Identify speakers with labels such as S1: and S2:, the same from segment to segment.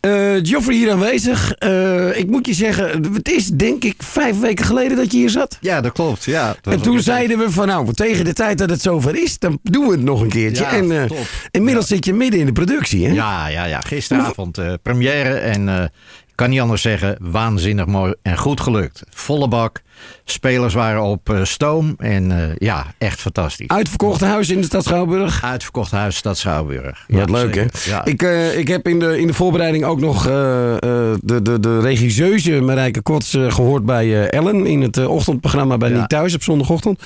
S1: eh, Joffrey hier aanwezig. Eh, ik moet je zeggen, het is denk ik vijf weken geleden dat je hier zat.
S2: Ja, dat klopt. Ja, Dat was
S1: En
S2: ook
S1: toen
S2: een-
S1: zeiden we van nou, tegen de tijd dat het zover is, dan doen we het nog een keertje.
S2: Ja,
S1: en eh,
S2: top.
S1: inmiddels zit je midden in de productie, hè?
S2: Ja, ja, ja. Gisteravond eh, première en eh, ik kan niet anders zeggen, waanzinnig mooi en goed gelukt. Volle bak, spelers waren op eh, stoom en eh, ja, echt fantastisch.
S1: Uitverkochte huis in de stad Schouwburg.
S2: Uitverkocht huis Stad Schouwburg.
S1: Wat leuk, hè?
S2: zeker. Ja.
S1: Ik, eh, ik heb in de, in de voorbereiding ook nog eh, eh, de, de, de regisseuse Marijke Kots eh, gehoord bij eh, Ellen in het eh, ochtendprogramma bij
S2: Ja.
S1: Niet Thuis op zondagochtend.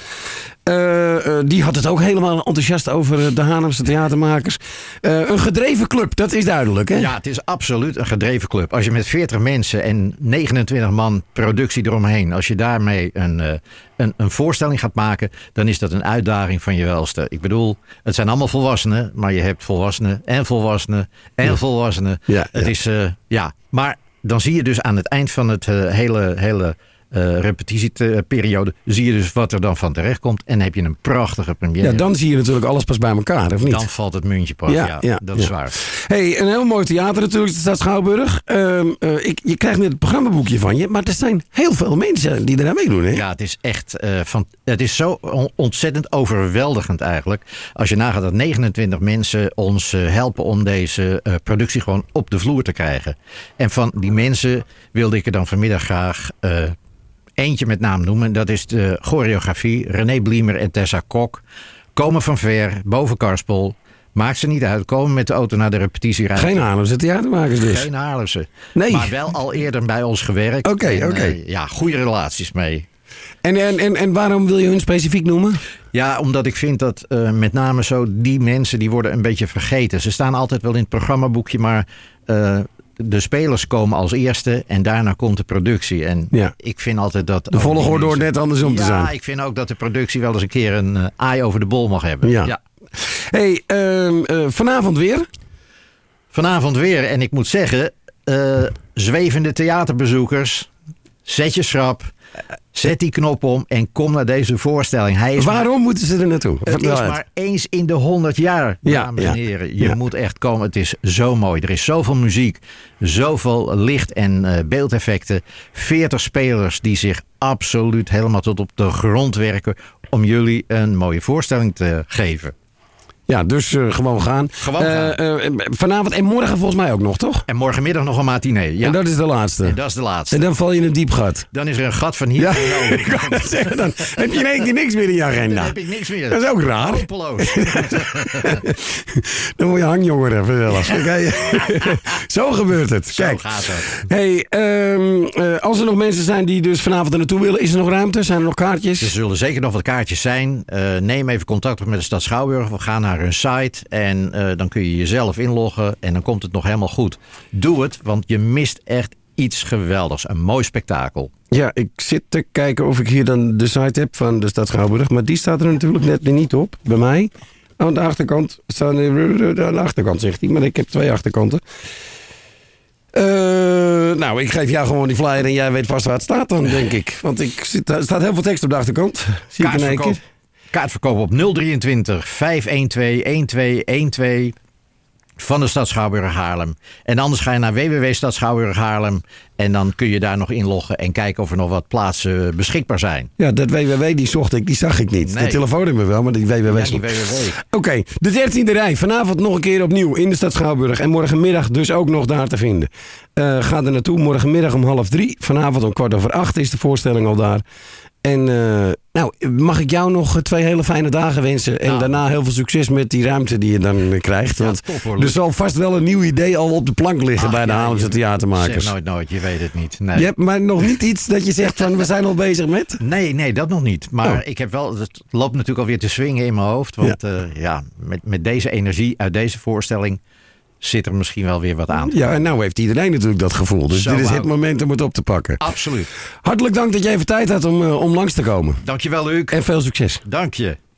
S1: Eh, eh, die had het ook helemaal enthousiast over eh, de Haarlemse theatermakers. Eh, een gedreven club, dat is duidelijk, hè?
S2: Ja, het is absoluut een gedreven club. Als je met 40 mensen en 29 man productie eromheen, als je daarmee een, eh, een, een voorstelling gaat maken, dan is dat een uitdaging van je welste. Ik bedoel, het zijn allemaal volwassenen, maar je hebt volwassenen en volwassenen en volwassenen.
S1: Ja,
S2: het
S1: ja.
S2: is, eh, ja. Maar dan zie je dus aan het eind van het eh, hele, hele eh, repetitieperiode, zie je dus wat er dan van terecht komt en heb je een prachtige première.
S1: Ja, dan zie je natuurlijk alles pas bij elkaar, of niet?
S2: Dan valt het muntje pas.
S1: Ja,
S2: Ja,
S1: ja,
S2: dat is
S1: ja.
S2: waar.
S1: Hey, een heel mooi theater natuurlijk, de Stad Schouwburg. Ehm, eh, ik, je krijgt net het programmaboekje van je, maar er zijn heel veel mensen die eraan meedoen, hè?
S2: Ja, het is echt eh, van, het is zo on- ontzettend overweldigend eigenlijk. Als je nagaat dat 29 mensen ons eh, helpen om deze eh, productie gewoon op de vloer te krijgen. En van die mensen wilde ik er dan vanmiddag graag eh, eentje met naam noemen. Dat is de choreografie. René Bliemer en Tessa Kok komen van ver, boven Karspel. Maakt ze niet uit, komen met de auto naar de repetitieruimte.
S1: Geen Haarlemse theatermakers dus.
S2: Geen Haarlemse.
S1: Nee.
S2: Maar wel al eerder bij ons gewerkt.
S1: Oké,
S2: En,
S1: oké.
S2: eh, ja, goede relaties mee.
S1: En, en, en, en waarom wil je hun specifiek noemen?
S2: Ja, omdat ik vind dat eh, met name zo die mensen die worden een beetje vergeten. Ze staan altijd wel in het programmaboekje, maar eh, de spelers komen als eerste en daarna komt de productie. En
S1: Ja.
S2: ik vind altijd dat. Oh,
S1: De volgorde hoort net andersom te
S2: Ja,
S1: zijn.
S2: ik vind ook dat de productie wel eens een keer een eh, aai over de bol mag hebben.
S1: Ja. hey, ehm, eh, vanavond weer.
S2: Vanavond weer, en ik moet zeggen, eh, zwevende theaterbezoekers, zet je schrap, zet die knop om en kom naar deze voorstelling. Hij is
S1: Waarom moeten ze er naartoe?
S2: Het
S1: Vertel
S2: is
S1: het.
S2: maar eens in de 100 jaar,
S1: Ja,
S2: dames
S1: ja,
S2: en heren. Je
S1: ja.
S2: moet echt komen. Het is zo mooi. Er is zoveel muziek, zoveel licht- en eh, beeldeffecten. 40 spelers die zich absoluut helemaal tot op de grond werken om jullie een mooie voorstelling te geven.
S1: Ja, dus eh, gewoon gaan.
S2: Gewoon
S1: Eh,
S2: gaan.
S1: eh, eh, vanavond en morgen volgens mij ook nog, toch?
S2: En morgenmiddag nog een matinee. Ja,
S1: En dat is de laatste.
S2: en dat is de laatste.
S1: En dan val je in een diep gat.
S2: Dan is er een gat van hier.
S1: Ja,
S2: tot daar.
S1: ik wou net zeggen, dan heb je in één keer niks meer in je
S2: Dan
S1: agenda.
S2: heb ik niks meer.
S1: Dat is ook raar.
S2: Hopeloos.
S1: Dan word je hangjonger vanzelf. Kijk, Zo gebeurt het.
S2: Zo
S1: Kijk.
S2: gaat dat.
S1: Hey, ehm, eh, als er nog mensen zijn die dus vanavond er naartoe willen, is er nog ruimte? Zijn er nog kaartjes?
S2: Er zullen zeker nog wat kaartjes zijn. Eh, neem even contact op met de Stad Schouwburg. We gaan naar hun site en eh, dan kun je jezelf inloggen en dan komt het nog helemaal goed. Doe het, want je mist echt iets geweldigs. Een mooi spektakel.
S1: Ja, ik zit te kijken of ik hier dan de site heb van de Stad Schouwburg. Maar die staat er natuurlijk net weer niet op, bij mij. Aan de achterkant staan... Aan de achterkant, zegt hij. Maar ik heb twee achterkanten. Eh, nou, ik geef jou gewoon die flyer en jij weet vast waar het staat dan, denk ik. Want ik zit, er staat heel veel tekst op de achterkant. Zie ik in één
S2: Kaartverkoop,
S1: keer.
S2: kaartverkoop op 023 512 1212 van de Stad Schouwburg Haarlem. En anders ga je naar www.stadschouwburg Haarlem en dan kun je daar nog inloggen en kijken of er nog wat plaatsen beschikbaar zijn.
S1: Ja, dat WWW die zocht ik, die zag ik niet.
S2: Nee.
S1: De telefoonnummer wel, maar die WWW
S2: Ja,
S1: stond-
S2: die www.
S1: Oké, de dertiende rij. Vanavond nog een keer opnieuw in de stad Schouwburg. En morgenmiddag dus ook nog daar te vinden. Eh, ga er naartoe. Morgenmiddag om half drie. Vanavond om kwart over acht is de voorstelling al daar. En eh, nou, mag ik jou nog twee hele fijne dagen wensen. En
S2: Nou.
S1: daarna heel veel succes met die ruimte die je dan eh, krijgt.
S2: Ja,
S1: Want
S2: top, hoor,
S1: er
S2: Luc.
S1: zal vast wel een nieuw idee al op de plank liggen
S2: Ach,
S1: bij de
S2: ja,
S1: Haarlemse
S2: je-
S1: theatermakers.
S2: Zeg nou, nooit nooit, je weet het niet. Nee.
S1: Je hebt maar nog niet iets dat je zegt van we zijn al bezig met...
S2: Nee, nee, dat nog niet. Maar
S1: Oh.
S2: ik heb wel, het loopt natuurlijk alweer te swingen in mijn hoofd. Want ja, ja met, met deze energie uit deze voorstelling zit er misschien wel weer wat aan.
S1: Ja, en nou heeft iedereen natuurlijk dat gevoel. Dus
S2: Zo
S1: dit is het
S2: wauw.
S1: moment om het op te pakken.
S2: Absoluut.
S1: Hartelijk dank dat je even tijd had om, eh, om langs te komen.
S2: Dankjewel, Luc.
S1: En veel succes.
S2: Dank je.